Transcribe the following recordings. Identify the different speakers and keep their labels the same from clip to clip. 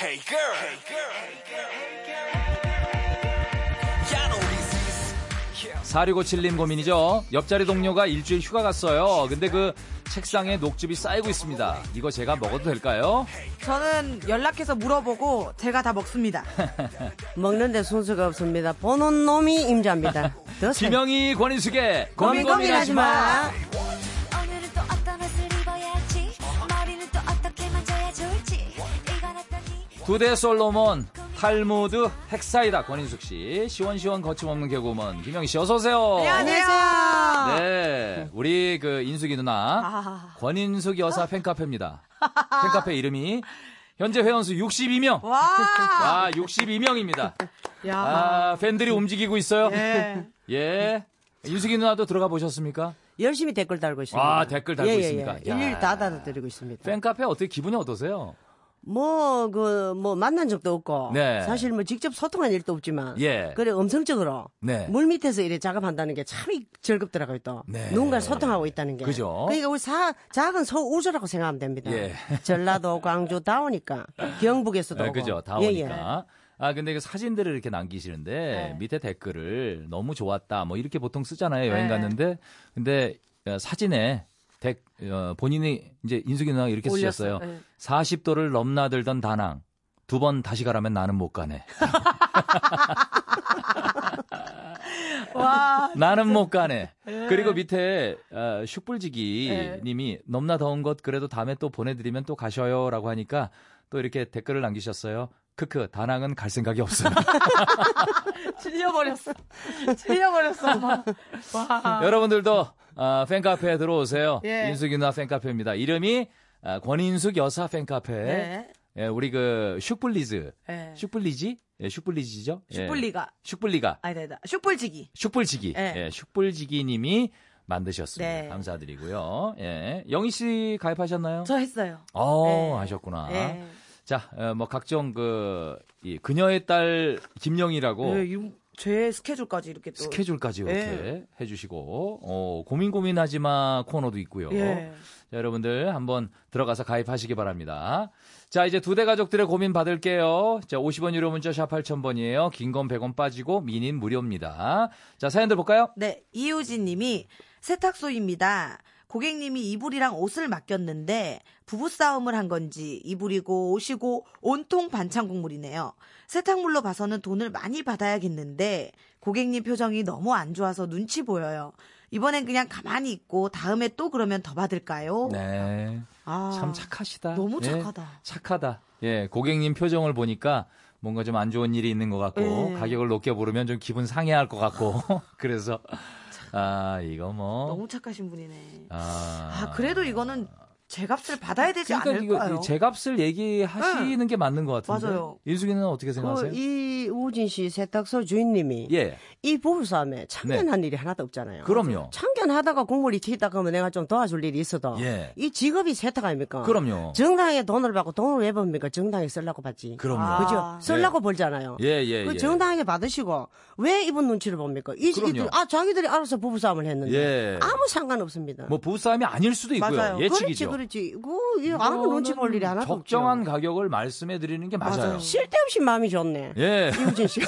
Speaker 1: Hey girl. Hey girl. Y'all know this is
Speaker 2: 4657님 고민이죠. 옆자리 동료가 일주일 휴가 갔어요. 근데 그 책상에 녹즙이 쌓이고 있습니다. 이거 제가 먹어도 될까요?
Speaker 3: 저는 연락해서 물어보고 제가 다 먹습니다.
Speaker 4: 먹는데 순서가 없습니다. 보는 놈이 임자입니다. 드세요.
Speaker 2: 지명이 권인숙의
Speaker 4: 고민 고민하지 마.
Speaker 5: 오늘은 또 어떤 옷을 입어야지 머리는 또 어떻게 만져야 좋을지 이건 어떠니
Speaker 2: 두 대 솔로몬 탈무드 헥사이다 권인숙 씨 시원시원 거침없는 개구먼 김영희 씨 어서 오세요.
Speaker 3: 안녕하세요.
Speaker 2: 네, 우리 그 인숙이 누나 권인숙 여사 팬카페입니다. 팬카페 이름이 현재 회원수 62명. 와,
Speaker 3: 와.
Speaker 2: 62명입니다.
Speaker 3: 야.
Speaker 2: 아, 팬들이 움직이고 있어요.
Speaker 4: 네.
Speaker 3: 예.
Speaker 2: 예. 인숙이 누나도 들어가 보셨습니까?
Speaker 4: 열심히 댓글 달고 있습니다.
Speaker 2: 아, 댓글 달고
Speaker 4: 예, 예,
Speaker 2: 있습니까?
Speaker 4: 예.
Speaker 2: 야.
Speaker 4: 일일 다 달아드리고 있습니다.
Speaker 2: 팬카페 어떻게 기분이 어떠세요?
Speaker 4: 뭐, 그, 뭐, 만난 적도 없고.
Speaker 2: 네.
Speaker 4: 사실 뭐, 직접 소통한 일도 없지만.
Speaker 2: 예.
Speaker 4: 그래, 음성적으로.
Speaker 2: 네.
Speaker 4: 물 밑에서 이래 작업한다는 게 참 즐겁더라고요, 또.
Speaker 2: 네.
Speaker 4: 누군가 소통하고 있다는 게.
Speaker 2: 그죠.
Speaker 4: 그러니까 우리 사, 작은 서우주라고 생각하면 됩니다.
Speaker 2: 예.
Speaker 4: 전라도, 광주 다 오니까. 경북에서도.
Speaker 2: 네,
Speaker 4: 오고.
Speaker 2: 그죠. 다
Speaker 4: 예,
Speaker 2: 오니까. 네. 아, 근데 그 사진들을 이렇게 남기시는데 밑에 댓글을 너무 좋았다. 뭐 이렇게 보통 쓰잖아요. 여행
Speaker 3: 네.
Speaker 2: 갔는데. 근데 어, 사진에 댓 어, 본인이 이제 인숙이 누나 이렇게 쓰셨어요.
Speaker 3: 올렸어요. 네.
Speaker 2: 40도를 넘나들던 다낭. 두 번 다시 가라면 나는 못 가네.
Speaker 3: 와.
Speaker 2: 나는 못 가네.
Speaker 3: 예.
Speaker 2: 그리고 밑에 어, 숯불지기 님이 넘나 더운 것 그래도 다음에 또 보내드리면 또 가셔요라고 하니까 또 이렇게 댓글을 남기셨어요. 크크 다낭은 갈 생각이 없어요.
Speaker 3: 찔려버렸어. 찔려버렸어. 와.
Speaker 2: 여러분들도 아, 팬카페에 들어오세요.
Speaker 3: 예.
Speaker 2: 인숙이 누나 팬카페입니다. 이름이 아, 권인숙 여사 팬카페.
Speaker 3: 네.
Speaker 2: 예, 우리 그 슈플리즈.
Speaker 3: 네.
Speaker 2: 슈플리지? 예, 슈플리지죠? 예.
Speaker 3: 슈플리가.
Speaker 2: 슈플리가.
Speaker 3: 아니, 다 슈플지기.
Speaker 2: 슈플지기.
Speaker 3: 예.
Speaker 2: 예, 슈플지기 님이 만드셨습니다.
Speaker 3: 네.
Speaker 2: 감사드리고요. 예. 영희 씨 가입하셨나요?
Speaker 3: 저 했어요.
Speaker 2: 어,
Speaker 3: 네.
Speaker 2: 하셨구나.
Speaker 3: 예.
Speaker 2: 자, 어, 뭐 각종 그 이, 그녀의 딸 김영희라고
Speaker 3: 예, 유- 제 스케줄까지 이렇게 또.
Speaker 2: 스케줄까지 이렇게
Speaker 3: 예.
Speaker 2: 해주시고 어, 고민 고민하지 마 코너도 있고요.
Speaker 3: 예.
Speaker 2: 자, 여러분들 한번 들어가서 가입하시기 바랍니다. 자, 이제 두 대 가족들의 고민 받을게요. 자, 50원 유료 문자 샵 8000번이에요. 긴 건 100원 빠지고 미닌 무료입니다. 자, 사연들 볼까요?
Speaker 3: 네, 이효진 님이 세탁소입니다. 고객님이 이불이랑 옷을 맡겼는데 부부싸움을 한 건지 이불이고 옷이고 온통 반찬 국물이네요. 세탁물로 봐서는 돈을 많이 받아야겠는데 고객님 표정이 너무 안 좋아서 눈치 보여요. 이번엔 그냥 가만히 있고 다음에 또 그러면 더 받을까요?
Speaker 2: 네.
Speaker 3: 아,
Speaker 2: 참 착하시다.
Speaker 3: 너무
Speaker 2: 네,
Speaker 3: 착하다.
Speaker 2: 착하다. 예, 고객님 표정을 보니까 뭔가 좀 안 좋은 일이 있는 것 같고
Speaker 3: 예.
Speaker 2: 가격을 높게 부르면 좀 기분 상해할 것 같고 그래서 아 이거 뭐
Speaker 3: 너무 착하신 분이네.
Speaker 2: 아,
Speaker 3: 아, 그래도 이거는 제 값을 받아야 되지
Speaker 2: 그러니까
Speaker 3: 않을까요?
Speaker 2: 이거 제값을 얘기하시는 게 맞는 것 같은데
Speaker 3: 맞아요.
Speaker 2: 인숙이는 어떻게 생각하세요?
Speaker 4: 그 이우진 씨 세탁소 주인님이
Speaker 2: 예, 네.
Speaker 4: 이 부부싸움에 참견한 일이 하나도 없잖아요.
Speaker 2: 그럼요.
Speaker 4: 참견하다가 국물이 튀다 그러면 내가 좀 도와줄 일이 있어도
Speaker 2: 예.
Speaker 4: 이 직업이 세탁 아닙니까?
Speaker 2: 그럼요.
Speaker 4: 정당에 돈을 받고 돈을 왜 법니까? 정당에 쓰려고 받지.
Speaker 2: 그럼요.
Speaker 3: 아.
Speaker 4: 그죠? 쓰려고 벌잖아요.
Speaker 2: 예, 예,
Speaker 4: 그렇죠. 그
Speaker 2: 예.
Speaker 4: 정당하게 받으시고 왜 이분 눈치를 봅니까? 이
Speaker 2: 그럼요.
Speaker 4: 이들- 아 자기들이 알아서 부부싸움을 했는데
Speaker 2: 예.
Speaker 4: 아무 상관없습니다.
Speaker 2: 뭐 부부싸움이 아닐 수도 있고요.
Speaker 3: 맞아요.
Speaker 2: 예측이죠.
Speaker 4: 그렇지 그렇지. 그 이거 아무 눈치 볼 일이 하나도
Speaker 2: 적정한
Speaker 4: 없죠.
Speaker 2: 가격을 말씀해 드리는 게 맞아요.
Speaker 4: 쓸데없이 마음이 좋네.
Speaker 2: 예.
Speaker 4: 이우진 씨.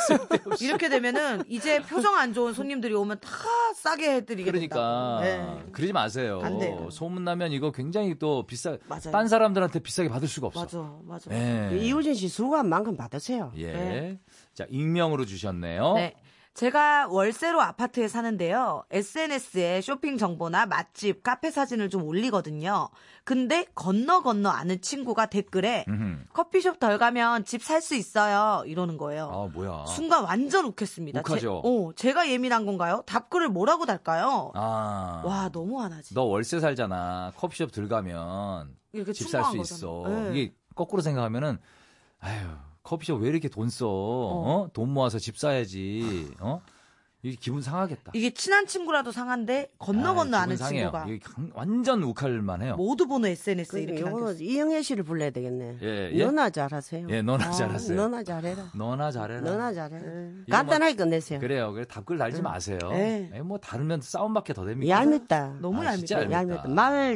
Speaker 3: 이렇게 되면은 이제 표정 안 좋은 손님들이 오면 다 싸게 해드리게
Speaker 2: 그러니까
Speaker 3: 된다. 네.
Speaker 2: 그러지 마세요.
Speaker 3: 안 돼요.
Speaker 2: 소문나면 이거 굉장히 또 비싸
Speaker 3: 맞아요.
Speaker 2: 딴 사람들한테 비싸게 받을 수가 없어.
Speaker 3: 맞아, 맞아.
Speaker 2: 예.
Speaker 4: 이우진 씨 수고한 만큼 받으세요.
Speaker 2: 예.
Speaker 3: 네.
Speaker 2: 자, 익명으로 주셨네요.
Speaker 3: 네. 제가 월세로 아파트에 사는데요. SNS에 쇼핑 정보나 맛집, 카페 사진을 좀 올리거든요. 근데 건너 건너 아는 친구가 댓글에
Speaker 2: 음흠.
Speaker 3: 커피숍 덜 가면 집 살 수 있어요. 이러는 거예요.
Speaker 2: 아, 뭐야.
Speaker 3: 순간 완전 욱했습니다. 제-
Speaker 2: 욱하죠.
Speaker 3: 어, 제가 예민한 건가요? 답글을 뭐라고 달까요?
Speaker 2: 아.
Speaker 3: 와, 너무 안 하지.
Speaker 2: 너 월세 살잖아. 커피숍 들어가면
Speaker 3: 이렇게
Speaker 2: 집 살 수
Speaker 3: 충고한
Speaker 2: 있어.
Speaker 3: 거잖아. 네.
Speaker 2: 이게 거꾸로 생각하면은 아유, 커피숍 왜 이렇게 돈 써? 어? 돈 모아서 집 사야지. 어? 이게 기분 상하겠다.
Speaker 3: 이게 친한 친구라도 상한데 건너
Speaker 2: 아,
Speaker 3: 건너 아는
Speaker 2: 기분 상해요.
Speaker 3: 친구가 뭐.
Speaker 2: 이게 강- 완전 욱할만 해요.
Speaker 3: 모두 보는 SNS 에 이렇게
Speaker 4: 그러니까
Speaker 3: 남겼어.
Speaker 4: 요거는 이영애 씨를 불러야 되겠네.
Speaker 2: 예, 예?
Speaker 4: 너나 잘하세요. 아,
Speaker 2: 예, 너나 잘하세요.
Speaker 4: 너나
Speaker 3: 아.
Speaker 4: 잘해라.
Speaker 2: 너나 잘해라.
Speaker 4: 너나 잘해.
Speaker 3: 예.
Speaker 2: 이거 뭐
Speaker 4: 간단하게 끝내세요.
Speaker 2: 그래요. 그래 답글 달지 마세요.
Speaker 4: 예.
Speaker 2: 예, 뭐 다르면 싸움밖에 더 됩니까?
Speaker 4: 얄밉다.
Speaker 3: 너무
Speaker 2: 아, 진짜
Speaker 3: 얄밉다.
Speaker 2: 얄밉다. 예?
Speaker 4: 얄밉다.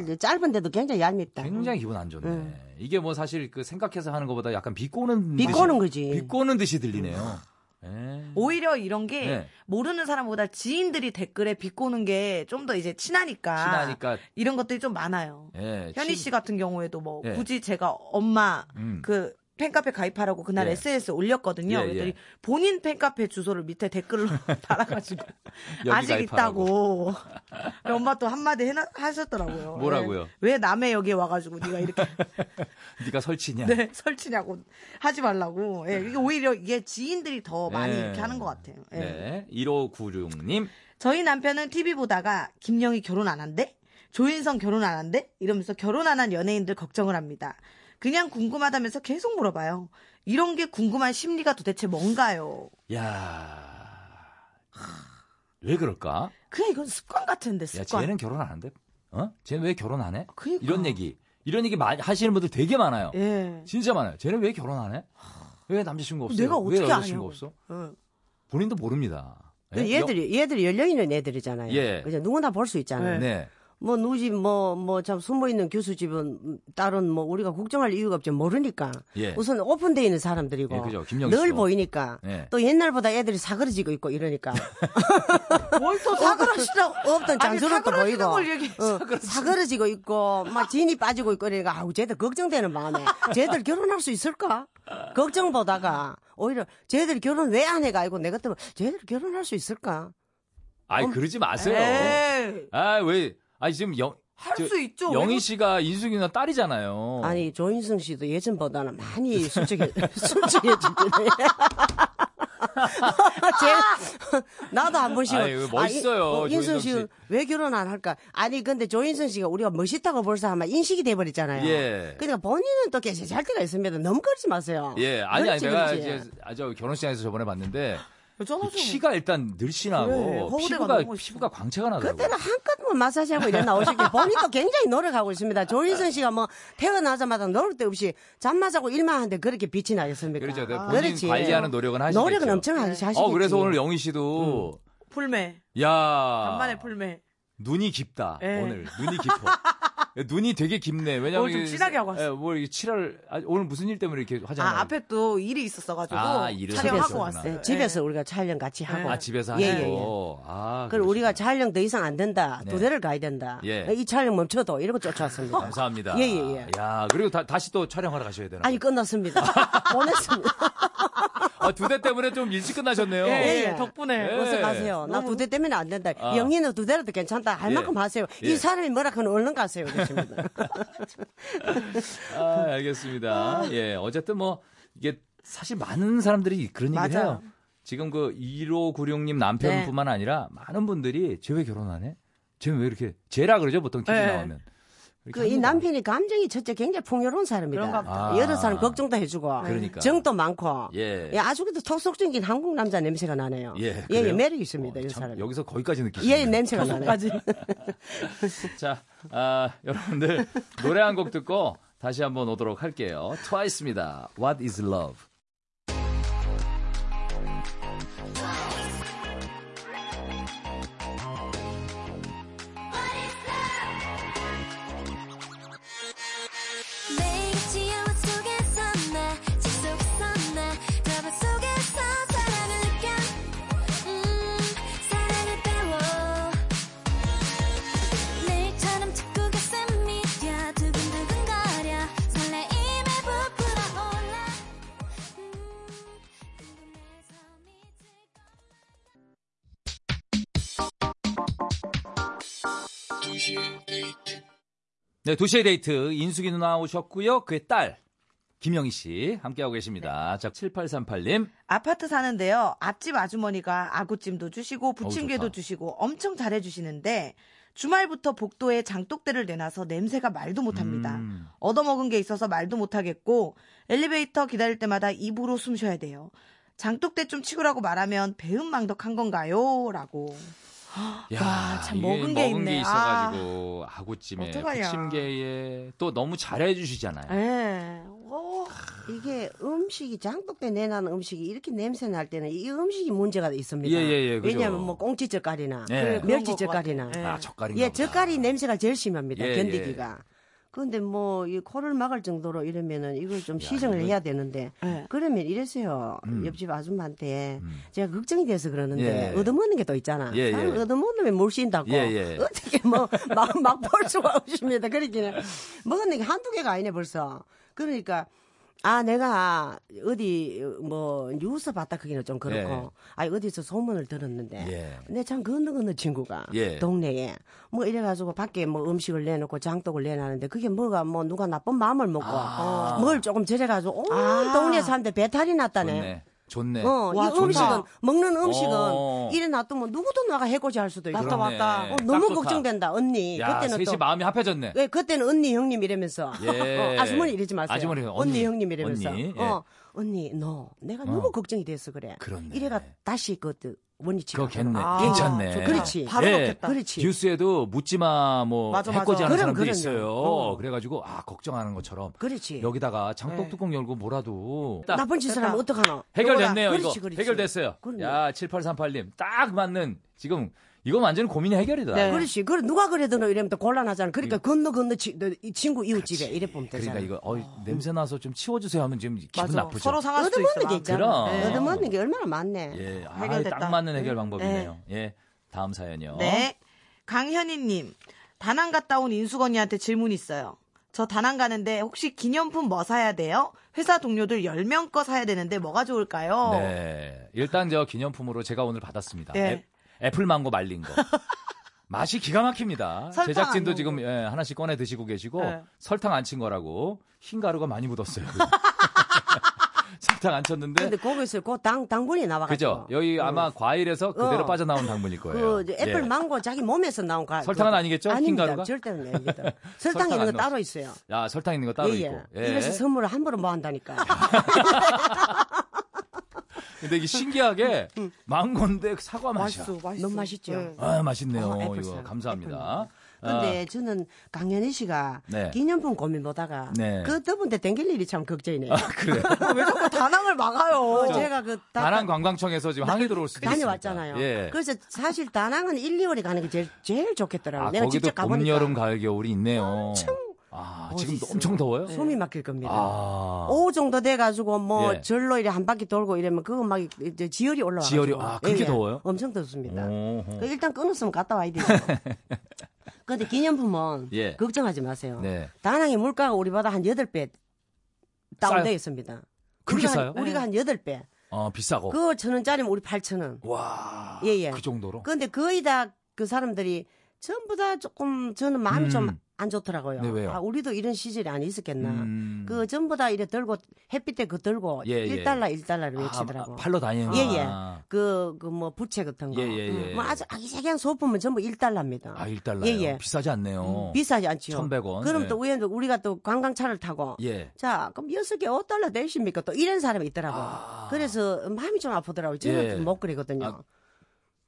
Speaker 4: 말 짧은데도 굉장히 얄밉다.
Speaker 2: 굉장히 기분 안 좋네. 이게 뭐 사실 그 생각해서 하는 것보다 약간 비꼬는 듯이,
Speaker 4: 비꼬는 거지.
Speaker 2: 비꼬는 듯이 들리네요. 예.
Speaker 3: 오히려 이런 게
Speaker 2: 네.
Speaker 3: 모르는 사람보다 지인들이 댓글에 비꼬는 게 좀 더 이제 친하니까,
Speaker 2: 친하니까.
Speaker 3: 이런 것들이 좀 많아요.
Speaker 2: 예,
Speaker 3: 현희
Speaker 2: 친-
Speaker 3: 씨 같은 경우에도 뭐
Speaker 2: 예.
Speaker 3: 굳이 제가 엄마
Speaker 2: 음.
Speaker 3: 그 팬카페 가입하라고 그날
Speaker 2: 예.
Speaker 3: SNS 에 올렸거든요.
Speaker 2: 예,
Speaker 3: 그랬더니
Speaker 2: 예.
Speaker 3: 본인 팬카페 주소를 밑에 댓글로 달아가지고
Speaker 2: 여기
Speaker 3: 아직
Speaker 2: 가입하라고.
Speaker 3: 있다고 엄마 또 한마디 해나, 하셨더라고요.
Speaker 2: 뭐라고요?
Speaker 3: 예. 왜 남의 여기에 와가지고 네가 이렇게
Speaker 2: 네가 설치냐?
Speaker 3: 네, 설치냐고 하지 말라고. 예, 이게 오히려 이게 지인들이 더 많이
Speaker 2: 예.
Speaker 3: 이렇게 하는 것 같아요. 예.
Speaker 2: 네. 1596님.
Speaker 3: 저희 남편은 TV 보다가 김영희 결혼 안 한대? 조인성 결혼 안 한대? 이러면서 결혼 안 한 연예인들 걱정을 합니다. 그냥 궁금하다면서 계속 물어봐요. 이런 게 궁금한 심리가 도대체 뭔가요?
Speaker 2: 야. 왜 그럴까?
Speaker 3: 그냥 이건 습관 같은데
Speaker 2: 야,
Speaker 3: 습관.
Speaker 2: 쟤는 결혼 안 한대? 어? 쟤는 왜 결혼 안 해?
Speaker 3: 그러니까.
Speaker 2: 이런 얘기. 이런 얘기 많이 하시는 분들 되게 많아요.
Speaker 3: 예.
Speaker 2: 진짜 많아요. 쟤는 왜 결혼 안 해? 왜 남자친구 없어?
Speaker 3: 내가
Speaker 2: 왜
Speaker 3: 어떻게
Speaker 2: 여자친구
Speaker 3: 아냐고.
Speaker 2: 없어?
Speaker 3: 어.
Speaker 2: 본인도 모릅니다. 예?
Speaker 4: 네, 그 얘들이 얘들이 열려 있는 애들이잖아요.
Speaker 2: 예.
Speaker 4: 그죠? 누구나 볼 수
Speaker 2: 여-
Speaker 3: 예.
Speaker 4: 있잖아요.
Speaker 2: 네.
Speaker 4: 뭐 누구지 뭐뭐 참 숨어 있는 교수 집은 다른 뭐 우리가 걱정할 이유가 없죠 모르니까
Speaker 2: 예.
Speaker 4: 우선 오픈돼 있는 사람들이고
Speaker 2: 예, 그죠. 김영희
Speaker 4: 늘
Speaker 2: 씨도.
Speaker 4: 보이니까
Speaker 2: 예.
Speaker 4: 또 옛날보다 애들이 사그러지고 있고 이러니까
Speaker 3: 뭘또 사그라시라고.
Speaker 4: 없던 장소로 또
Speaker 3: 사그라지는
Speaker 4: 보이고
Speaker 3: 걸 얘기해.
Speaker 4: 어, 사그러지고 있고 막 진이 빠지고 있고 이러니까 아우 쟤들 걱정되는 마음에 쟤들 결혼할 수 있을까 걱정 보다가 오히려 쟤들 결혼 왜 안 해가 이고 내가 또 쟤들 결혼할 수 있을까
Speaker 2: 아이 그러지 마세요.
Speaker 3: 에이.
Speaker 2: 아 왜? 아 지금 영.
Speaker 3: 할
Speaker 2: 저
Speaker 3: 수 있죠. 왜
Speaker 2: 영희
Speaker 3: 그-
Speaker 2: 씨가 인숙이 누나 딸이잖아요.
Speaker 4: 아니 조인성 씨도 예전보다는 많이 솔직해 솔직해지더래. 제 나도 한 번씩
Speaker 2: 아이, 왜 멋있어요, 조인성
Speaker 4: 인성
Speaker 2: 씨.
Speaker 4: 씨왜 결혼 안 할까? 아니 근데 조인성 씨가 우리가 멋있다고 벌써 아마 인식이 돼 버렸잖아요.
Speaker 2: 예.
Speaker 4: 그러니까 본인은 또 개재할 때가 있습니다. 너무 그러지 마세요.
Speaker 2: 예, 아니 아니
Speaker 4: 그렇지,
Speaker 2: 내가
Speaker 4: 그렇지.
Speaker 2: 이제 아저 결혼식장에서 저번에 봤는데 이
Speaker 3: 여전하죠. 뭐.
Speaker 2: 키가 일단
Speaker 3: 그래,
Speaker 2: 늘씬하고
Speaker 3: 허우대가
Speaker 2: 피부가
Speaker 3: 너무 멋있어.
Speaker 2: 피부가 광채가 나더라고.
Speaker 4: 그때는 한껏 마사지하고 이래 나오셨기 본인도 굉장히 노력하고 있습니다. 조인선 씨가 뭐 태어나자마자 노력 도 없이 잠만 자고 일만 하는데 그렇게 빛이 나겠습니까?
Speaker 2: 그렇죠. 네,
Speaker 4: 아,
Speaker 2: 본인 관리하는 노력은 하시겠죠.
Speaker 4: 노력은 엄청
Speaker 3: 네.
Speaker 4: 하시- 하시겠지.
Speaker 2: 어 그래서 오늘 영희 씨도
Speaker 3: 풀매.
Speaker 2: 야 아.
Speaker 3: 간만에 풀매.
Speaker 2: 눈이 깊다
Speaker 3: 예.
Speaker 2: 오늘 눈이 깊어. 예, 눈이 되게 깊네. 왜냐면
Speaker 3: 오늘 좀
Speaker 2: 이게-
Speaker 3: 진하게 하고 왔어.
Speaker 2: 예, 뭐 이게 칠할 아, 오늘 무슨 일 때문에 이렇게 화장?
Speaker 3: 아, 앞에 또 일이 있었어가지고
Speaker 2: 아, 일을
Speaker 3: 촬영하고
Speaker 2: 하셨구나.
Speaker 3: 왔어요. 네.
Speaker 4: 네, 집에서 우리가 촬영 같이 하고.
Speaker 3: 뭐.
Speaker 2: 아 집에서
Speaker 4: 예, 예, 예.
Speaker 2: 하시고. 아
Speaker 4: 그럼
Speaker 2: 그러시-
Speaker 4: 우리가 촬영 더 이상 안 된다.
Speaker 2: 네.
Speaker 4: 두 대를 가야 된다.
Speaker 2: 예.
Speaker 4: 이 촬영 멈춰도 이러고 쫓아왔습니다.
Speaker 2: 감사합니다.
Speaker 4: 예, 예, 예.
Speaker 2: 야 그리고 다, 시또 촬영하러 가셔야 되나?
Speaker 4: 아니 끝났습니다. 보냈습니다.
Speaker 2: 아, 두 대 때문에 좀 일찍 끝나셨네요.
Speaker 3: 예, 예,
Speaker 4: 예.
Speaker 3: 덕분에.
Speaker 2: 예.
Speaker 4: 어서 가세요. 나 두 대 때문에 안 된다.
Speaker 2: 아.
Speaker 4: 영희는 두 대라도 괜찮다. 할
Speaker 2: 예.
Speaker 4: 만큼 하세요.
Speaker 2: 예. 그러니까.
Speaker 4: 이 사람이 뭐라 그러면 얼른 가세요. 그러십니다.
Speaker 2: 아, 알겠습니다. 예, 어쨌든 뭐 이게 사실 많은 사람들이 그런 얘기를
Speaker 3: 맞아요. 네.
Speaker 2: 해요. 지금 그 1596님 남편뿐만 아니라 많은 분들이 쟤 왜 결혼 안 해? 쟤 왜 이렇게 쟤라 그러죠 보통 TV
Speaker 3: 네.
Speaker 2: 나오면. 이렇게
Speaker 4: 그 이
Speaker 2: 하는 거.
Speaker 4: 남편이 감정이 첫째 굉장히 풍요로운 사람이다.
Speaker 3: 그런가
Speaker 2: 보다.
Speaker 4: 여러 사람
Speaker 2: 아.
Speaker 4: 걱정도 해주고,
Speaker 2: 그러니까.
Speaker 4: 정도 많고,
Speaker 2: 예.
Speaker 4: 아주 그래도 톡속적인 한국 남자 냄새가 나네요.
Speaker 2: 예,
Speaker 4: 예,
Speaker 2: 그래요?
Speaker 4: 매력 있습니다.
Speaker 2: 어,
Speaker 4: 이
Speaker 2: 참,
Speaker 4: 사람.
Speaker 2: 여기서 거기까지 느끼시네요.
Speaker 4: 예, 냄새가 나네요.
Speaker 2: 자, 아, 여러분들 노래 한 곡 듣고 다시 한번 오도록 할게요. 트와이스입니다. What is love?
Speaker 5: 매일 지하와 속에서 나 집속에서 나 드라마 속에서 사랑을 느껴 음 사랑을 배워 내일처럼 자꾸 가슴이 뛰어 두근두근 거려 설레임에 부풀어 올라 음 궁금해서 미칠 것
Speaker 2: 네, 2시의 데이트 인숙이 누나 오셨고요. 그의 딸 김영희 씨 함께하고 계십니다.
Speaker 4: 네.
Speaker 2: 자, 7838님.
Speaker 3: 아파트 사는데요. 앞집 아주머니가 아구찜도 주시고
Speaker 2: 어우,
Speaker 3: 부침개도
Speaker 2: 좋다.
Speaker 3: 주시고 엄청 잘해주시는데 주말부터 복도에 장독대를 내놔서 냄새가 말도 못합니다.
Speaker 2: 음.
Speaker 3: 얻어먹은 게 있어서 말도 못하겠고 엘리베이터 기다릴 때마다 입으로 숨 쉬어야 돼요. 장독대 좀 치우라고 말하면 배은망덕한 건가요? 라고.
Speaker 4: 아,
Speaker 3: 와, 참
Speaker 2: 이게
Speaker 3: 먹은 게 있네.
Speaker 2: 있어가지고 아구찜에
Speaker 3: 어떡하냐.
Speaker 2: 부침개에 또 너무 잘해주시잖아요.
Speaker 3: 예. 오,
Speaker 2: 아,
Speaker 4: 이게 음식이 장독대 내는 음식이 이렇게 냄새 날 때는 이 음식이 문제가 있습니다.
Speaker 2: 예, 예, 예, 그죠.
Speaker 4: 왜냐하면 뭐 꽁치 젓갈이나
Speaker 2: 예.
Speaker 4: 그래,
Speaker 3: 그런
Speaker 4: 멸치
Speaker 3: 것
Speaker 4: 젓갈이나
Speaker 3: 같아요.
Speaker 2: 아 젓갈인가
Speaker 4: 예,
Speaker 2: 보다.
Speaker 4: 젓갈이 냄새가 제일 심합니다.
Speaker 2: 예,
Speaker 4: 견디기가. 그런데 뭐 이 코를 막을 정도로 이러면은 이걸 좀 시정을
Speaker 2: 이거-
Speaker 4: 해야 되는데
Speaker 3: 예.
Speaker 4: 그러면 이랬어요.
Speaker 2: 음.
Speaker 4: 옆집 아줌마한테
Speaker 2: 음.
Speaker 4: 제가 걱정이 돼서 그러는데
Speaker 2: 예.
Speaker 4: 얻어먹는 게 또 있잖아.
Speaker 2: 예, 예.
Speaker 4: 아, 얻어먹으면 몰신다고.
Speaker 2: 예, 예.
Speaker 4: 어떻게 뭐 막 막 볼 수가 없습니다. 그러기는 먹었는 게 한두 개가 아니네 벌써. 그러니까 아 내가 어디 뭐 뉴스 봤다 그기는 좀 그렇고
Speaker 2: 예.
Speaker 4: 아 어디서 소문을 들었는데
Speaker 2: 예.
Speaker 4: 근데 참그 건너 건너 친구가
Speaker 2: 예.
Speaker 4: 동네에 뭐 이래가지고 밖에 뭐 음식을 내놓고 장독을 내놨는데 그게 뭐가 뭐 누가 나쁜 마음을 먹고
Speaker 2: 아.
Speaker 4: 뭘 조금 저래가지고 온
Speaker 3: 아.
Speaker 4: 동네 사람들 배탈이 났다네.
Speaker 2: 좋네. 좋네.
Speaker 4: 어,
Speaker 3: 와,
Speaker 4: 이
Speaker 3: 좋다.
Speaker 4: 음식은 먹는 음식은
Speaker 2: 어.
Speaker 4: 이래 놔두면 누구도 나가 해코지할 수도 있고.
Speaker 3: 맞다,
Speaker 2: 그러네.
Speaker 3: 맞다.
Speaker 4: 어,
Speaker 2: 딱
Speaker 4: 너무
Speaker 2: 좋다.
Speaker 4: 걱정된다 언니.
Speaker 2: 야,
Speaker 4: 그때는
Speaker 2: 셋이
Speaker 4: 또
Speaker 2: 마음이 합해졌네.
Speaker 4: 왜 그때는 언니 형님 이러면서
Speaker 2: 예.
Speaker 4: 어, 아주머니 이러지 마세요.
Speaker 2: 아주머니,
Speaker 4: 언니,
Speaker 2: 언니,
Speaker 4: 형님 이러면서
Speaker 2: 언니, 예. 어.
Speaker 4: 어 언니 너 내가 너무 걱정이 돼서 그래.
Speaker 2: 그렇네.
Speaker 4: 이래가 다시 그 원위치.
Speaker 2: 그렇겠네.
Speaker 3: 아,
Speaker 2: 괜찮네.
Speaker 3: 좋다.
Speaker 4: 그렇지.
Speaker 3: 아, 바로
Speaker 2: 예.
Speaker 3: 넣겠다.
Speaker 4: 그렇지.
Speaker 2: 뉴스에도 묻지마 뭐
Speaker 3: 맞아, 맞아.
Speaker 2: 해코지 하는
Speaker 4: 그럼,
Speaker 2: 사람도
Speaker 4: 그럼요.
Speaker 2: 있어요.
Speaker 4: 어.
Speaker 2: 그래가지고 아 걱정하는 것처럼
Speaker 4: 그렇지.
Speaker 2: 여기다가 장독
Speaker 3: 네.
Speaker 2: 뚜껑 열고 뭐라도 딱
Speaker 4: 나쁜 짓을 하면 어떡하노?
Speaker 2: 해결됐네요
Speaker 4: 요거다.
Speaker 2: 이거
Speaker 4: 그렇지, 그렇지.
Speaker 2: 해결됐어요.
Speaker 4: 그럼요.
Speaker 2: 야 7838님 딱 맞는 지금 이거 완전 고민의 해결이다. 그러니까
Speaker 3: 네.
Speaker 4: 그렇지. 그래 누가 그래도 너 이러면 또 곤란하잖아. 그러니까 건너 건너 치, 너이 친구 이웃 집에 이래 보면 되잖아.
Speaker 2: 그러니까 이거 어, 냄새 나서 좀 치워주세요 하면 지금 기분
Speaker 3: 맞아.
Speaker 2: 나쁘죠.
Speaker 3: 서로 상할 수도 있어.
Speaker 4: 얻어먹는 게 있잖아.
Speaker 2: 그럼.
Speaker 4: 네. 얻어먹는 게 얼마나 많네.
Speaker 2: 예, 아,
Speaker 3: 해결됐다.
Speaker 2: 딱 맞는 해결 방법이네요. 예, 다음 사연이요.
Speaker 3: 네. 강현희님, 다낭 갔다 온 인수건이한테 질문 있어요. 저 다낭 가는데 혹시 기념품 뭐 사야 돼요? 회사 동료들 10명 거 사야 되는데 뭐가 좋을까요? 어,
Speaker 4: 어.
Speaker 2: 네. 일단 저 기념품으로 제가 오늘 받았습니다.
Speaker 3: 네.
Speaker 2: 애, 플 망고 말린 거. 맛이 기가 막힙니다.
Speaker 3: 설탕
Speaker 2: 제작진도
Speaker 3: 안
Speaker 2: 지금 예, 하나씩 꺼내 드시고 계시고
Speaker 3: 네.
Speaker 2: 설탕 안 친 거라고 흰 가루가 많이 묻었어요. 설탕 안 쳤는데
Speaker 4: 근데 거기서 그당 당분이 나와가지고.
Speaker 2: 그죠? 여기 아마 과일에서 그대로
Speaker 4: 어.
Speaker 2: 빠져나온 당분일 거예요.
Speaker 4: 그 이제 애플
Speaker 2: 예.
Speaker 4: 망고 자기 몸에서 나온 거.
Speaker 2: 설탕은 아니겠죠? 흰 가루가?
Speaker 4: 아닙니다. 절대는 아닙니다. 설탕
Speaker 2: 설탕
Speaker 4: 있는
Speaker 2: 안
Speaker 4: 거
Speaker 2: 넣었어.
Speaker 4: 따로 있어요.
Speaker 2: 아, 설탕 있는 거 따로
Speaker 4: 예, 예.
Speaker 2: 있고. 예.
Speaker 4: 이래서 선물을 함부로 뭐 한다니까.
Speaker 3: 아,
Speaker 2: 근데 이게 신기하게 망고인데 사과 맛이야.
Speaker 3: 맛있어, 맛있어.
Speaker 4: 너무 맛있죠?
Speaker 3: 네.
Speaker 2: 아, 맛있네요.
Speaker 4: 어, 애플
Speaker 2: 이거
Speaker 4: 사과,
Speaker 2: 감사합니다. 아,
Speaker 4: 근데 저는 강현희 씨가
Speaker 2: 네.
Speaker 4: 기념품 고민 보다가
Speaker 2: 네.
Speaker 4: 그 더분데 땡길 일이 참 걱정이네요.
Speaker 2: 아, 그래요. 그렇죠.
Speaker 3: 왜 자꾸 다낭을 막아요?
Speaker 4: 어, 제가 그 다-
Speaker 2: 다낭 관광청에서 지금 항의 들어올 수도 있습니다.
Speaker 4: 다녀왔잖아요.
Speaker 2: 예.
Speaker 4: 그래서 사실 다낭은 1, 2월에 가는 게 제일, 제일 좋겠더라고요.
Speaker 2: 아,
Speaker 4: 내가
Speaker 2: 거기도
Speaker 4: 직접
Speaker 2: 봄,
Speaker 4: 가보니까
Speaker 2: 여름, 가을, 겨울이 있네요. 아, 지금
Speaker 4: 멋있어요.
Speaker 2: 엄청 더워요?
Speaker 4: 네. 숨이 막힐 겁니다.
Speaker 2: 아.
Speaker 4: 오후 정도 돼가지고 뭐
Speaker 2: 예.
Speaker 4: 절로 이래 한 바퀴 돌고 이러면 그거 막 이제 지열이 올라와.
Speaker 2: 지열이- 아, 그렇게 더워요?
Speaker 4: 엄청 덥습니다.
Speaker 2: 오호.
Speaker 4: 그 일단 끊었으면 갔다 와야 되죠. 근데 기념품은
Speaker 2: 예.
Speaker 4: 걱정하지 마세요.
Speaker 2: 네.
Speaker 4: 다낭의 물가가 우리보다 한 8배 다운되어
Speaker 2: 싸요?
Speaker 4: 있습니다.
Speaker 2: 그렇게
Speaker 4: 우리가
Speaker 2: 싸요? 네.
Speaker 4: 한, 우리가 한 8배.
Speaker 2: 어, 비싸고.
Speaker 4: 그거 천 원짜리면 우리 8천 원.
Speaker 2: 와.
Speaker 4: 예, 예.
Speaker 2: 그 정도로?
Speaker 4: 근데 거의 다 그 사람들이 전부 다 조금 저는 마음이
Speaker 2: 음.
Speaker 4: 좀 안 좋더라고요.
Speaker 2: 네, 왜요?
Speaker 4: 아, 우리도 이런 시절이 안 있었겠나.
Speaker 2: 음.
Speaker 4: 그 전부 다 이래 들고 햇빛 에그 들고
Speaker 2: 예, 예.
Speaker 4: 1달러 1달러를
Speaker 2: 아,
Speaker 4: 외치더라고.
Speaker 2: 아, 팔러 다니는
Speaker 4: 예, 예.
Speaker 2: 아,
Speaker 4: 그, 그, 뭐, 부채 같은 거.
Speaker 2: 예, 예, 예.
Speaker 4: 뭐, 아주 아기자기한 소품은 전부 1달러입니다.
Speaker 2: 아 1달러요?
Speaker 4: 예, 예.
Speaker 2: 비싸지 않네요.
Speaker 4: 비싸지 않지요.
Speaker 2: 1100원.
Speaker 4: 그럼
Speaker 2: 예.
Speaker 4: 또 우연, 우리가 또 관광차를 타고.
Speaker 2: 예.
Speaker 4: 자, 그럼 여섯 개 5달러 되십니까? 또 이런 사람이 있더라고. 요 그래서 마음이 좀 아프더라고요. 저는
Speaker 2: 아. 예.
Speaker 4: 좀 못 그리거든요.
Speaker 2: 아,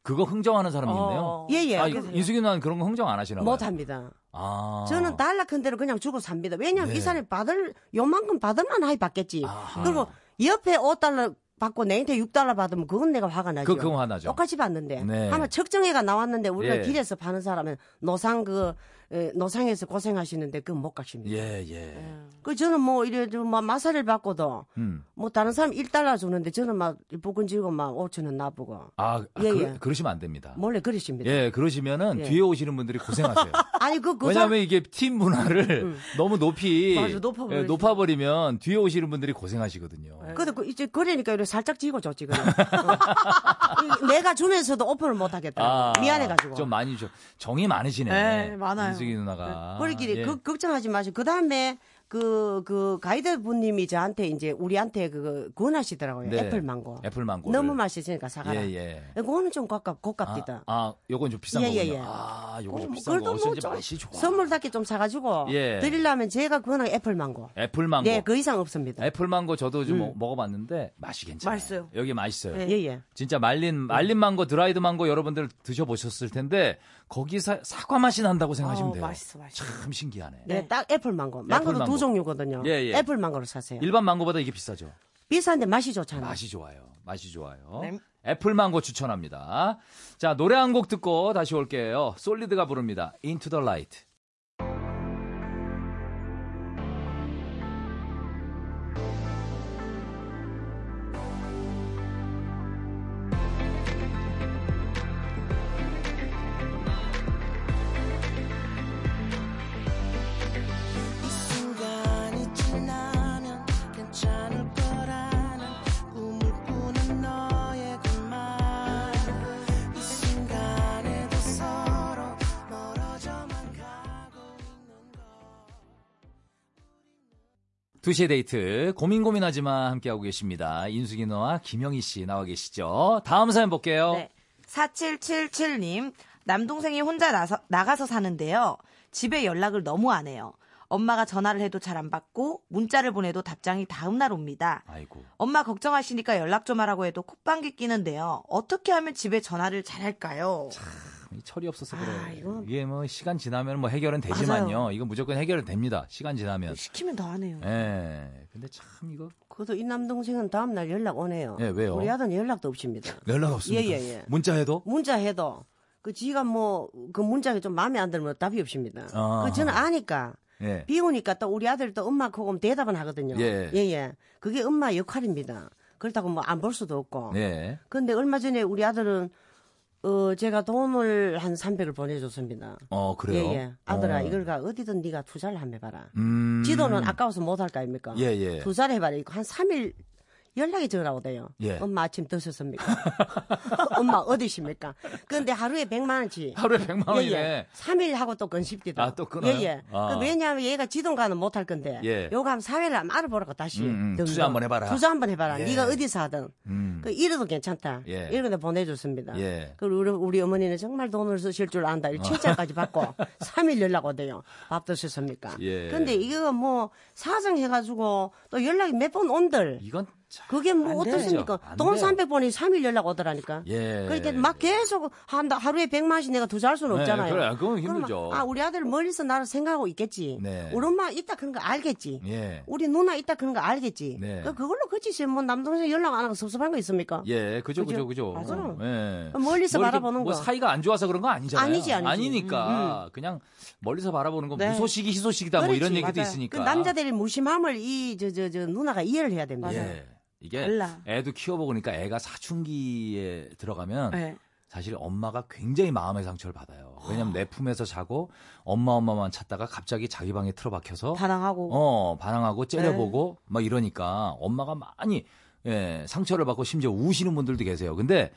Speaker 2: 그거 흥정하는 사람이 있네요.
Speaker 4: 예, 예.
Speaker 2: 아,
Speaker 4: 그래서
Speaker 2: 인숙이 누나는 그런 거 흥정 안 하시나 봐요.
Speaker 4: 못 합니다.
Speaker 2: 아.
Speaker 4: 저는 달러 큰 대로 그냥 주고 삽니다. 왜냐하면
Speaker 2: 네.
Speaker 4: 이 사람이 받을 요만큼 받을만 하이 받겠지.
Speaker 2: 아하.
Speaker 4: 그리고 옆에 5달러 받고 내한테 6달러 받으면 그건 내가 화가 나죠.
Speaker 2: 그- 그건 화나죠.
Speaker 4: 똑같이 받는데
Speaker 2: 네.
Speaker 4: 아마 측정해가 나왔는데 우리가
Speaker 2: 예.
Speaker 4: 길에서 파는 사람은 노상 그 에, 노상에서 고생하시는데 그건 못 가십니다.
Speaker 2: 예, 예.
Speaker 4: 그 저는 뭐 이래 좀막 마사를 받고도
Speaker 2: 음.
Speaker 4: 뭐 다른 사람 1달러 주는데 저는 막 부근지고 막 5천 원 나쁘고
Speaker 2: 아, 아,
Speaker 4: 예,
Speaker 2: 그,
Speaker 4: 예.
Speaker 2: 그러시면 안 됩니다.
Speaker 4: 몰래 그러십니다.
Speaker 2: 예, 그러시면은 뒤에 오시는 분들이 고생하세요.
Speaker 4: 아니 그그
Speaker 2: 왜냐면 하 이게 팀 문화를 너무 높이
Speaker 3: 음. 맞아, 높아버리지. 네.
Speaker 2: 예, 높아버리면 뒤에 오시는 분들이 고생하시거든요.
Speaker 4: 근데 그 이제 그러니까 이렇게 살짝 지고 졌지 그냥. 어. 이- 내가 주면서도 오픈을 못 하겠다. 미안해가지고.
Speaker 2: 아, 좀 많이 좀 정이 많으시네.
Speaker 3: 네, 많아요.
Speaker 2: 민숙이 누나가.
Speaker 4: 우리끼리
Speaker 2: 예.
Speaker 4: 그- 걱정하지 마시고 그 다음에 그, 그, 가이드 분님이 저한테 이제 우리한테 그, 권하시더라고요.
Speaker 2: 네.
Speaker 4: 애플 망고.
Speaker 2: 애플 망고를.
Speaker 4: 너무 맛있으니까 사가라.
Speaker 2: 예, 예.
Speaker 4: 그거는 좀 고깝,
Speaker 2: 아,
Speaker 4: 고깝디다.
Speaker 2: 아, 요건 좀 비싼
Speaker 4: 예,
Speaker 2: 거군요.
Speaker 4: 예, 예.
Speaker 2: 아,
Speaker 4: 어,
Speaker 2: 요건 좀
Speaker 4: 뭐
Speaker 2: 비싼 거. 어쩐지
Speaker 4: 좀
Speaker 2: 맛이 좋아.
Speaker 4: 선물답게 좀 사가지고
Speaker 2: 예.
Speaker 4: 드리려면 제가 그거는 애플 망고.
Speaker 2: 애플 망고.
Speaker 4: 예, 그 음. 이상 없습니다.
Speaker 2: 애플 망고 저도 좀 먹- 먹어봤는데 맛이 괜찮아요.
Speaker 3: 맛있어요.
Speaker 2: 여기 맛있어요.
Speaker 3: 네. 음.
Speaker 4: 예, 예.
Speaker 2: 진짜 말린 말린 망고, 드라이드 망고 여러분들 드셔보셨을 텐데 거기 사, 사과 맛이 난다고 생각하시면
Speaker 3: 어,
Speaker 2: 돼요.
Speaker 3: 맛있어, 맛있어.
Speaker 2: 참 신기하네.
Speaker 4: 네, 딱 애플 망고. 망고도
Speaker 2: 망고.
Speaker 4: 두 종류거든요.
Speaker 2: 예, 예.
Speaker 4: 애플 망고를 사세요.
Speaker 2: 일반 망고보다 이게 비싸죠.
Speaker 4: 비싼데 맛이 좋잖아요.
Speaker 2: 맛이 좋아요. 맛이 좋아요.
Speaker 3: 네.
Speaker 2: 애플 망고 추천합니다. 자 노래 한 곡 듣고 다시 올게요. 솔리드가 부릅니다. Into the Light.
Speaker 1: 이 순간이 지나면 괜찮을 거라는 꿈을 꾸는 너의 그말이 순간에도 서로 멀어져만 가고 있는 걸
Speaker 2: 2시의 데이트 고민 고민하지만 함께하고 계십니다. 인숙이 너와 김영희 씨 나와 계시죠. 다음 사연 볼게요.
Speaker 3: 네. 4777님, 남동생이 혼자 나서, 나가서 사는데요. 집에 연락을 너무 안 해요. 엄마가 전화를 해도 잘 안 받고, 문자를 보내도 답장이 다음날 옵니다.
Speaker 2: 아이고.
Speaker 3: 엄마 걱정하시니까 연락 좀 하라고 해도 콧방귀 끼는데요. 어떻게 하면 집에 전화를 잘 할까요?
Speaker 2: 이 철이 없어서
Speaker 3: 아,
Speaker 2: 그래요.
Speaker 3: 이거-
Speaker 2: 이게 뭐 시간 지나면 뭐 해결은 되지만요.
Speaker 3: 맞아요. 네.
Speaker 2: 이거 무조건 해결은 됩니다. 시간 지나면.
Speaker 3: 시키면 더 안 해요.
Speaker 2: 예. 근데 참 이거
Speaker 4: 그래도 이 남동생은 다음날 연락 오네요.
Speaker 2: 예, 왜요? 네.
Speaker 4: 우리 아들은 연락도 없습니다.
Speaker 2: 연락 없습니까?
Speaker 4: 예, 예, 예.
Speaker 2: 문자해도
Speaker 4: 문자 해도 그 지가 뭐 그 문자가 좀 마음에 안 들면 답이 없습니다.
Speaker 2: 아.
Speaker 4: 그 저는 아니까
Speaker 2: 예.
Speaker 4: 비우니까 또 우리 아들 또 엄마 그거 대답은 하거든요.
Speaker 2: 예.
Speaker 4: 예, 예. 그게 엄마 역할입니다. 그렇다고 뭐 안 볼 수도 없고.
Speaker 2: 예.
Speaker 4: 근데 얼마 전에 우리 아들은 어 제가 돈을 한 300을 보내줬습니다.
Speaker 2: 어, 그래요.
Speaker 4: 예예. 아들아
Speaker 2: 어.
Speaker 4: 이걸 가 어디든 네가 투자를 한번 해봐라.
Speaker 2: 음.
Speaker 4: 지도는 아까워서 못 할 거 아닙니까?
Speaker 2: 예, 예.
Speaker 4: 투자를 해봐라. 이거 한 3일 연락이 전화 오대요.
Speaker 2: 예.
Speaker 4: 엄마 아침 드셨습니까? 엄마 어디십니까? 근데 하루에 100만 원치. 예,
Speaker 2: 하루에 100만 원이네.
Speaker 4: 3일 하고 또 건십디다.
Speaker 2: 어, 예. 아, 또 끊어요?
Speaker 4: 예, 예.
Speaker 2: 아.
Speaker 4: 그 왜냐하면 얘가 지도가는 못 할 건데.
Speaker 2: 예.
Speaker 4: 요거 하면 사회를 한번 알아보라고 다시.
Speaker 2: 음, 음.
Speaker 4: 등등.
Speaker 2: 투자 한번 해봐라.
Speaker 4: 투자 한번 해봐라.
Speaker 2: 예.
Speaker 4: 네가 어디서 하든.
Speaker 2: 음.
Speaker 4: 그 이래도 괜찮다.
Speaker 2: 예.
Speaker 4: 이런 데 보내줬습니다.
Speaker 2: 예.
Speaker 4: 그리고 우리, 우리 어머니는 정말 돈을 쓰실 줄 안다.
Speaker 2: 아.
Speaker 4: 이 칭찬까지 받고 3일 연락 오대요. 밥 드셨습니까?
Speaker 2: 예.
Speaker 4: 근데 이거 뭐 사정해가지고 또 연락이 몇 번 온들.
Speaker 2: 이건 참
Speaker 4: 그게 뭐
Speaker 2: 안
Speaker 4: 어떻습니까?
Speaker 2: 되죠. 안
Speaker 4: 돈
Speaker 2: 돼요.
Speaker 4: 300번이 3일 연락 오더라니까.
Speaker 2: 예.
Speaker 4: 그러니까 막 계속 한 하루에 100만씩 내가 투자할 수는
Speaker 2: 네,
Speaker 4: 없잖아요.
Speaker 2: 그래, 그건
Speaker 4: 그러면
Speaker 2: 힘들죠.
Speaker 4: 아, 우리 아들 멀리서 나를 생각하고 있겠지.
Speaker 2: 네.
Speaker 4: 우리 엄마 있다 그런 거 알겠지.
Speaker 2: 예.
Speaker 4: 우리 누나 있다 그런 거 알겠지.
Speaker 2: 네.
Speaker 4: 그- 그걸로 그치지. 뭐 남동생 연락 안 하고 섭섭한 거 있습니까?
Speaker 2: 예, 그죠, 그죠,
Speaker 4: 그죠?
Speaker 2: 그죠.
Speaker 4: 맞아요.
Speaker 2: 예.
Speaker 4: 멀리서
Speaker 2: 뭐 이렇게
Speaker 4: 바라보는
Speaker 2: 뭐
Speaker 4: 거.
Speaker 2: 사이가 안 좋아서 그런 거 아니잖아요.
Speaker 4: 아니지, 아니지. 음,
Speaker 2: 니까 그냥 멀리서 바라보는 건
Speaker 3: 네.
Speaker 2: 무소식이 희소식이다 뭐 이런
Speaker 4: 그렇지,
Speaker 2: 얘기도
Speaker 4: 맞아요.
Speaker 2: 있으니까.
Speaker 4: 그 남자들의 무심함을 이, 저, 저, 저, 누나가 이해를 해야 됩니다.
Speaker 2: 예. 이게
Speaker 3: 달라.
Speaker 2: 애도 키워보니까 애가 사춘기에 들어가면
Speaker 4: 예.
Speaker 6: 예.
Speaker 3: 네.
Speaker 2: 사실 엄마가 굉장히 마음의 상처를 받아요. 왜냐면 내 품에서 자고 엄마 엄마만 찾다가 갑자기 자기 방에 틀어박혀서
Speaker 3: 반항하고.
Speaker 2: 어 반항하고 째려보고
Speaker 3: 네.
Speaker 2: 막 이러니까 엄마가 많이 예, 상처를 받고 심지어 우시는 분들도 계세요. 근데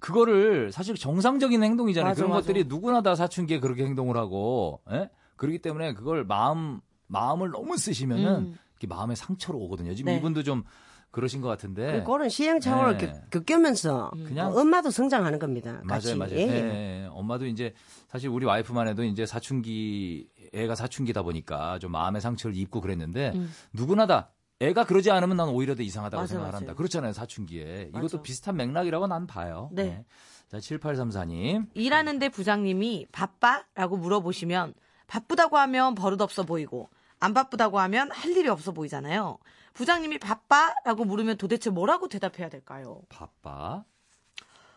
Speaker 2: 그거를 사실 정상적인 행동이잖아요.
Speaker 3: 맞아,
Speaker 2: 그런
Speaker 3: 맞아.
Speaker 2: 것들이 누구나 다 사춘기에 그렇게 행동을 하고 예? 그렇기 때문에 그걸 마음 마음을 너무 쓰시면은
Speaker 3: 음.
Speaker 2: 이렇게 마음에 상처로 오거든요. 지금
Speaker 3: 네.
Speaker 2: 이분도 좀 그러신 것 같은데
Speaker 4: 그런 시행착오를
Speaker 2: 네.
Speaker 4: 겪- 겪으면서
Speaker 2: 음. 그냥-
Speaker 4: 어, 엄마도 성장하는 겁니다. 같이.
Speaker 2: 맞아요, 맞아요.
Speaker 4: 예,
Speaker 2: 예,
Speaker 4: 예.
Speaker 2: 예. 엄마도 이제 사실 우리 와이프만 해도 이제 사춘기 애가 사춘기다 보니까 좀 마음의 상처를 입고 그랬는데 누구나 다 애가 그러지 않으면 난 오히려 더 이상하다고
Speaker 3: 맞아,
Speaker 2: 생각을 한다.
Speaker 3: 맞아요.
Speaker 2: 그렇잖아요, 사춘기에. 이것도
Speaker 3: 맞아.
Speaker 2: 비슷한 맥락이라고 난 봐요.
Speaker 3: 네.
Speaker 2: 자, 7834님.
Speaker 3: 일하는데 부장님이 바빠? 라고 물어보시면 바쁘다고 하면 버릇없어 보이고 안 바쁘다고 하면 할 일이 없어 보이잖아요. 부장님이 바빠? 라고 물으면 도대체 뭐라고 대답해야 될까요?
Speaker 2: 바빠.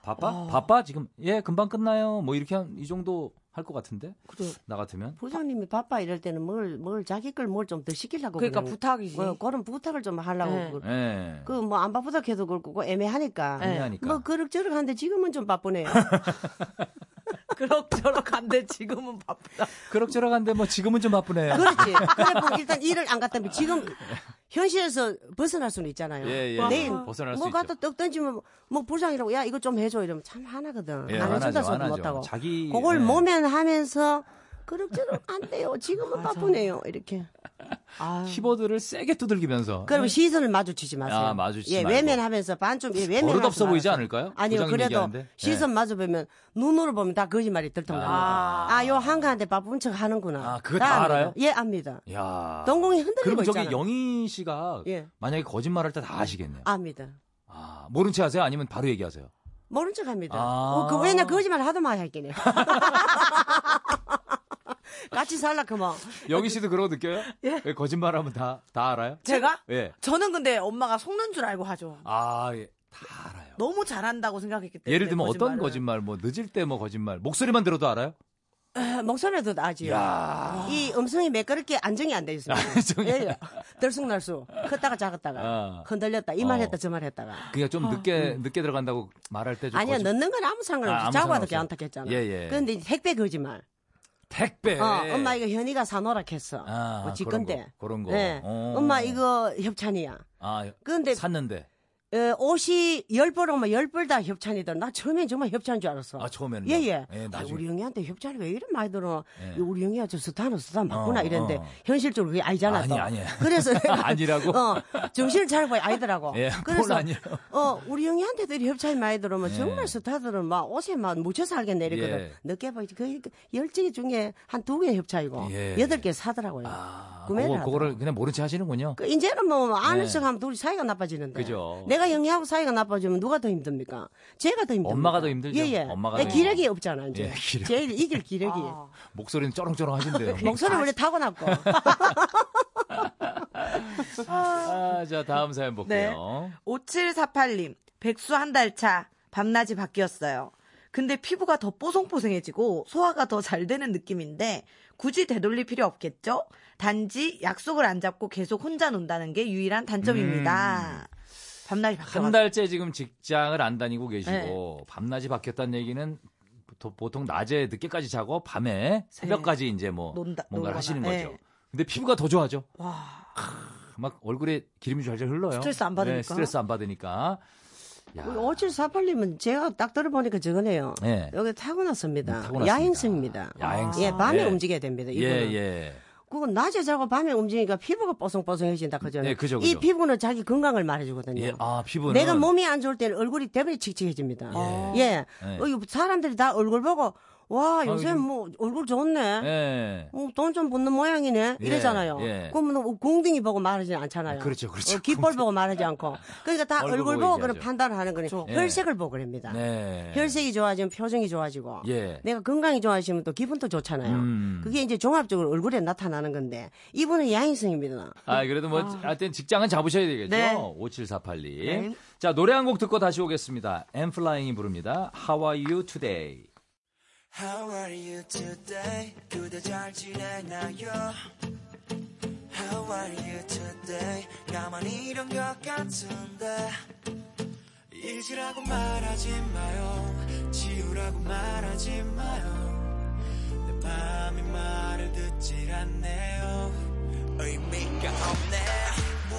Speaker 2: 바빠? 바빠? 지금 예, 금방 끝나요. 뭐 이렇게 한 이 정도 할 것 같은데.
Speaker 3: 그래요.
Speaker 2: 나 같으면
Speaker 4: 부장님이 바빠 이럴 때는 뭘, 뭘 자기 걸 뭘 좀 더 시키려고.
Speaker 3: 그러니까
Speaker 4: 그냥
Speaker 3: 부탁이지.
Speaker 4: 뭐 그런 부탁을 좀 하려고.
Speaker 3: 네.
Speaker 4: 그러-
Speaker 2: 예.
Speaker 4: 그 뭐 안 바쁘다 해도 그렇고 애매하니까.
Speaker 3: 네.
Speaker 2: 애매하니까.
Speaker 4: 뭐 그럭저럭 한데 지금은 좀 바쁘네요.
Speaker 3: 그럭저럭 한데 지금은 바쁘다.
Speaker 2: 그럭저럭 한데 뭐 지금은 좀 바쁘네요.
Speaker 4: 그렇지. 그래 보면 일단 일을 안 갔다면 지금 현실에서 벗어날 수는 있잖아요.
Speaker 2: 예, 예.
Speaker 4: 내일
Speaker 2: 벗어날
Speaker 4: 뭐
Speaker 2: 수
Speaker 4: 갖다 떡 던지면 뭐 부장이라고 야 이거 좀 해줘 이러면 참그 화나거든.
Speaker 2: 예,
Speaker 4: 안
Speaker 2: 화나죠, 예.
Speaker 4: 해준다 소리
Speaker 2: 화나죠.
Speaker 4: 못하고.
Speaker 2: 자기-
Speaker 4: 그걸 뭐
Speaker 2: 예.
Speaker 4: 몸엔 하면서 그럭저럭 안 돼요. 지금은 바쁘네요. 이렇게. 아.
Speaker 2: 키보드를 세게 두들기면서 네.
Speaker 4: 그러면 시선을 마주치지 마세요.
Speaker 2: 아, 마주치지
Speaker 4: 예,
Speaker 2: 말고.
Speaker 4: 외면하면서 반쯤 예, 외면.
Speaker 2: 버릇 없어 보이지 않을까요?
Speaker 4: 아니요,
Speaker 2: 부장님
Speaker 4: 그래도
Speaker 2: 얘기하는데. 예. 네.
Speaker 4: 시선 마주 보면 눈으로 보면 다 거짓말이 들통나요. 아, 요 한가한데 바쁜 척 하는구나.
Speaker 2: 아, 그거 다
Speaker 4: 압니다.
Speaker 2: 알아요?
Speaker 4: 예, 압니다.
Speaker 2: 야.
Speaker 4: 동공이 흔들리고
Speaker 2: 그럼 저기
Speaker 4: 있잖아요.
Speaker 2: 영희 씨가
Speaker 4: 예.
Speaker 2: 만약에 거짓말할 때 다 아시겠네요.
Speaker 4: 압니다.
Speaker 2: 아, 모른 체 하세요? 아니면 바로 얘기하세요?
Speaker 4: 모른 척 합니다.
Speaker 2: 아.
Speaker 4: 어, 그 왜냐 거짓말 하도 많이 할긴 해. 같이 뭐. 살라 그만.
Speaker 2: 영희 씨도 그러고 느껴요? 예, 거짓말하면 다, 다 알아요?
Speaker 6: 제가?
Speaker 2: 예.
Speaker 6: 저는 근데 엄마가 속는 줄 알고 하죠.
Speaker 2: 아, 예. 다 알아요.
Speaker 6: 너무 잘한다고 생각했기
Speaker 4: 네,
Speaker 6: 때문에.
Speaker 2: 예를 들면 어떤
Speaker 6: 거짓말을.
Speaker 2: 거짓말, 뭐, 늦을 때 뭐 거짓말, 목소리만 들어도 알아요?
Speaker 4: 목소리도 나지요. 이 음성이 매끄럽게 안정이 안 돼 있어요.
Speaker 2: 아,
Speaker 4: 예,
Speaker 2: 안정이 안 돼.
Speaker 4: 들쑥날쑥 컸다가 작았다가
Speaker 2: 아.
Speaker 4: 흔들렸다 이 말
Speaker 2: 어.
Speaker 4: 했다 저 말 했다가.
Speaker 2: 그러니까 좀 늦게, 늦게 들어간다고 말할 때 좀.
Speaker 4: 어, 음. 아니야
Speaker 2: 거짓-
Speaker 4: 넣는 건 아무 상관없이
Speaker 2: 아, 아무
Speaker 4: 자고와도
Speaker 2: 상관없어요.
Speaker 4: 괜찮다겠잖아.
Speaker 2: 예, 예.
Speaker 4: 그런데 이제 택배 거짓말.
Speaker 2: 택배.
Speaker 4: 어, 엄마 이거 현이가 사노라 했어.
Speaker 2: 아,
Speaker 4: 뭐
Speaker 2: 그런
Speaker 4: 지건데.
Speaker 2: 거, 그런 거.
Speaker 4: 예.
Speaker 2: 어.
Speaker 4: 엄마 이거 협찬이야.
Speaker 2: 아,
Speaker 4: 근데
Speaker 2: 샀는데.
Speaker 4: 에, 옷이 열 벌 오면 열 벌 다 협찬이더라. 나 처음엔 정말 협찬인 줄 알았어.
Speaker 2: 아, 처음에는요?
Speaker 4: 예예.
Speaker 2: 예, 나중에.
Speaker 4: 우리 형이한테 협찬이 왜 이런 많이 들어?
Speaker 2: 예.
Speaker 4: 이 우리 형이 아주 스타는 스타 맞구나
Speaker 2: 어,
Speaker 4: 이랬는데
Speaker 2: 어.
Speaker 4: 현실적으로 그게 아니잖아.
Speaker 2: 아니,
Speaker 4: 또.
Speaker 2: 아니에요.
Speaker 4: 그래서 내가
Speaker 2: 아니라고?
Speaker 4: 어, 정신을 차리고 아니더라고.
Speaker 2: 예, 뭘
Speaker 4: 그래서
Speaker 2: 아니에요?
Speaker 4: 어 우리 형이한테도 이 협찬이 많이 들어오면
Speaker 2: 예.
Speaker 4: 정말 스타들은 막 옷에 막 묻혀서 알게 내리거든.
Speaker 2: 예.
Speaker 4: 늦게 보이지. 그열개 중에 한 두 개 협찬이고
Speaker 2: 예.
Speaker 4: 여덟 개 사더라고요.
Speaker 2: 아,
Speaker 4: 구매를
Speaker 2: 그거,
Speaker 4: 하더라고요.
Speaker 2: 그거를 그냥 모른 체 하시는군요.
Speaker 4: 그 이제는 뭐 아는
Speaker 2: 네.
Speaker 4: 척하면 둘이 사이가 나빠지는데.
Speaker 2: 그죠.
Speaker 4: 내가 영희하고 사이가 나빠지면 누가 더 힘듭니까? 제가 더 힘듭니다.
Speaker 2: 엄마가 더 힘들죠.
Speaker 4: 예예.
Speaker 2: 엄마가
Speaker 4: 내
Speaker 2: 더
Speaker 4: 기력이 없잖아 이제.
Speaker 2: 예, 기력.
Speaker 4: 제일 이길 기력이.
Speaker 3: 아.
Speaker 2: 목소리는 쩌렁쩌렁 하신대요.
Speaker 4: 목소리 원래 타고났고.
Speaker 2: 아, 자, 다음 사연
Speaker 4: 네.
Speaker 2: 볼게요.
Speaker 6: 5748님, 백수 한 달 차, 밤낮이 바뀌었어요. 근데 피부가 더 뽀송뽀송해지고 소화가 더 잘 되는 느낌인데 굳이 되돌릴 필요 없겠죠? 단지 약속을 안 잡고 계속 혼자 논다는 게 유일한 단점입니다. 밤날이
Speaker 2: 음. 한
Speaker 6: 바뀌어서
Speaker 2: 달째 지금 직장을 안 다니고 계시고
Speaker 4: 네.
Speaker 2: 밤낮이 바뀌었다는 얘기는 보- 보통 낮에 늦게까지 자고 밤에 새벽까지 이제 뭐
Speaker 6: 논다-
Speaker 2: 뭔가를
Speaker 6: 놀거나.
Speaker 2: 하시는
Speaker 6: 네.
Speaker 2: 거죠. 근데 피부가 더 좋아져.
Speaker 6: 와,
Speaker 2: 막 얼굴에 기름이 잘잘 흘러요.
Speaker 6: 스트레스 안 받으니까.
Speaker 2: 네, 스트레스 안 받으니까. 야.
Speaker 4: 5748님은 제가 딱 들어보니까 저거네요.
Speaker 2: 네.
Speaker 4: 여기 타고났습니다.
Speaker 2: 네, 타고났습니다.
Speaker 4: 야행성입니다.
Speaker 2: 야행성.
Speaker 4: 예, 밤에
Speaker 2: 예.
Speaker 4: 움직여야 됩니다.
Speaker 2: 예,
Speaker 4: 이거는.
Speaker 2: 예.
Speaker 4: 그건 낮에 자고 밤에 움직이니까 피부가 뽀송뽀송해진다 그죠?
Speaker 2: 예, 그죠,
Speaker 4: 이
Speaker 2: 그죠.
Speaker 4: 피부는 자기 건강을 말해주거든요.
Speaker 2: 예. 아, 피부는
Speaker 4: 뭐 내가 몸이 안 좋을 때는 얼굴이 대변이 칙칙해집니다.
Speaker 2: 예.
Speaker 4: 예.
Speaker 2: 예.
Speaker 4: 어, 이거 사람들이 다 얼굴 보고, 와, 요새
Speaker 2: 요즘-
Speaker 4: 뭐, 얼굴 좋네. 어,
Speaker 2: 예.
Speaker 4: 돈 좀 붓는 모양이네.
Speaker 2: 예,
Speaker 4: 이러잖아요.
Speaker 2: 예.
Speaker 4: 그러면 뭐 공등이 보고 말하지 않잖아요.
Speaker 2: 그렇죠, 그렇죠.
Speaker 4: 어, 귓볼 보고 말하지 않고. 그러니까 다
Speaker 2: 얼굴
Speaker 4: 얼굴,
Speaker 2: 보고
Speaker 4: 보고 그런
Speaker 2: 얘기하죠.
Speaker 4: 판단을 하는 거니까
Speaker 2: 예.
Speaker 4: 혈색을 보고 그럽니다.
Speaker 2: 네.
Speaker 4: 혈색이 좋아지면 표정이 좋아지고
Speaker 2: 예.
Speaker 4: 내가 건강이 좋아지면 또 기분도 좋잖아요.
Speaker 2: 음.
Speaker 4: 그게 이제 종합적으로 얼굴에 나타나는 건데 이분은 야행성입니다.
Speaker 2: 아, 그래도 뭐, 하여튼 직장은 잡으셔야 되겠죠?
Speaker 4: 네.
Speaker 2: 57482. 자, 노래 한 곡 듣고 다시 오겠습니다. 엠플라잉이 부릅니다. How are you today?
Speaker 1: How are you today? 그대 잘 지내나요? How are you today? 나만이 이런 것 같은데 잊으라고 말하지 마요 지우라고 말하지 마요 내 마음이 말을 듣질 않네요 의미가 없네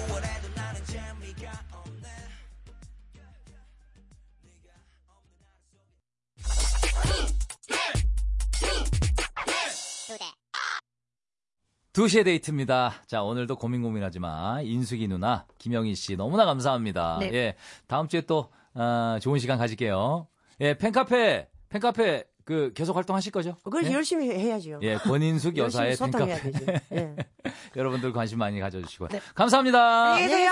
Speaker 1: 무얼 해도 나는 재미가 없네
Speaker 2: 두시의 데이트입니다. 자, 오늘도 고민 고민하지 마. 인숙이 누나, 김영희 씨, 너무나 감사합니다.
Speaker 6: 네.
Speaker 2: 예. 다음 주에 또, 아, 좋은 시간 가질게요. 예, 팬카페, 팬카페, 그, 계속 활동하실 거죠?
Speaker 4: 그걸
Speaker 2: 예?
Speaker 4: 열심히 해야지요.
Speaker 2: 예, 권인숙
Speaker 4: 열심히
Speaker 2: 여사의
Speaker 4: 소통해야 네.
Speaker 2: 팬카페.
Speaker 4: 되지. 예.
Speaker 2: 여러분들 관심 많이 가져주시고요. 감사합니다.
Speaker 6: 안녕하세요.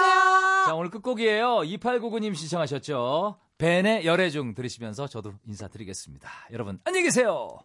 Speaker 2: 자, 오늘 끝곡이에요. 2899님 신청하셨죠? 벤의 열애중 들으시면서 저도 인사드리겠습니다. 여러분, 안녕히 계세요.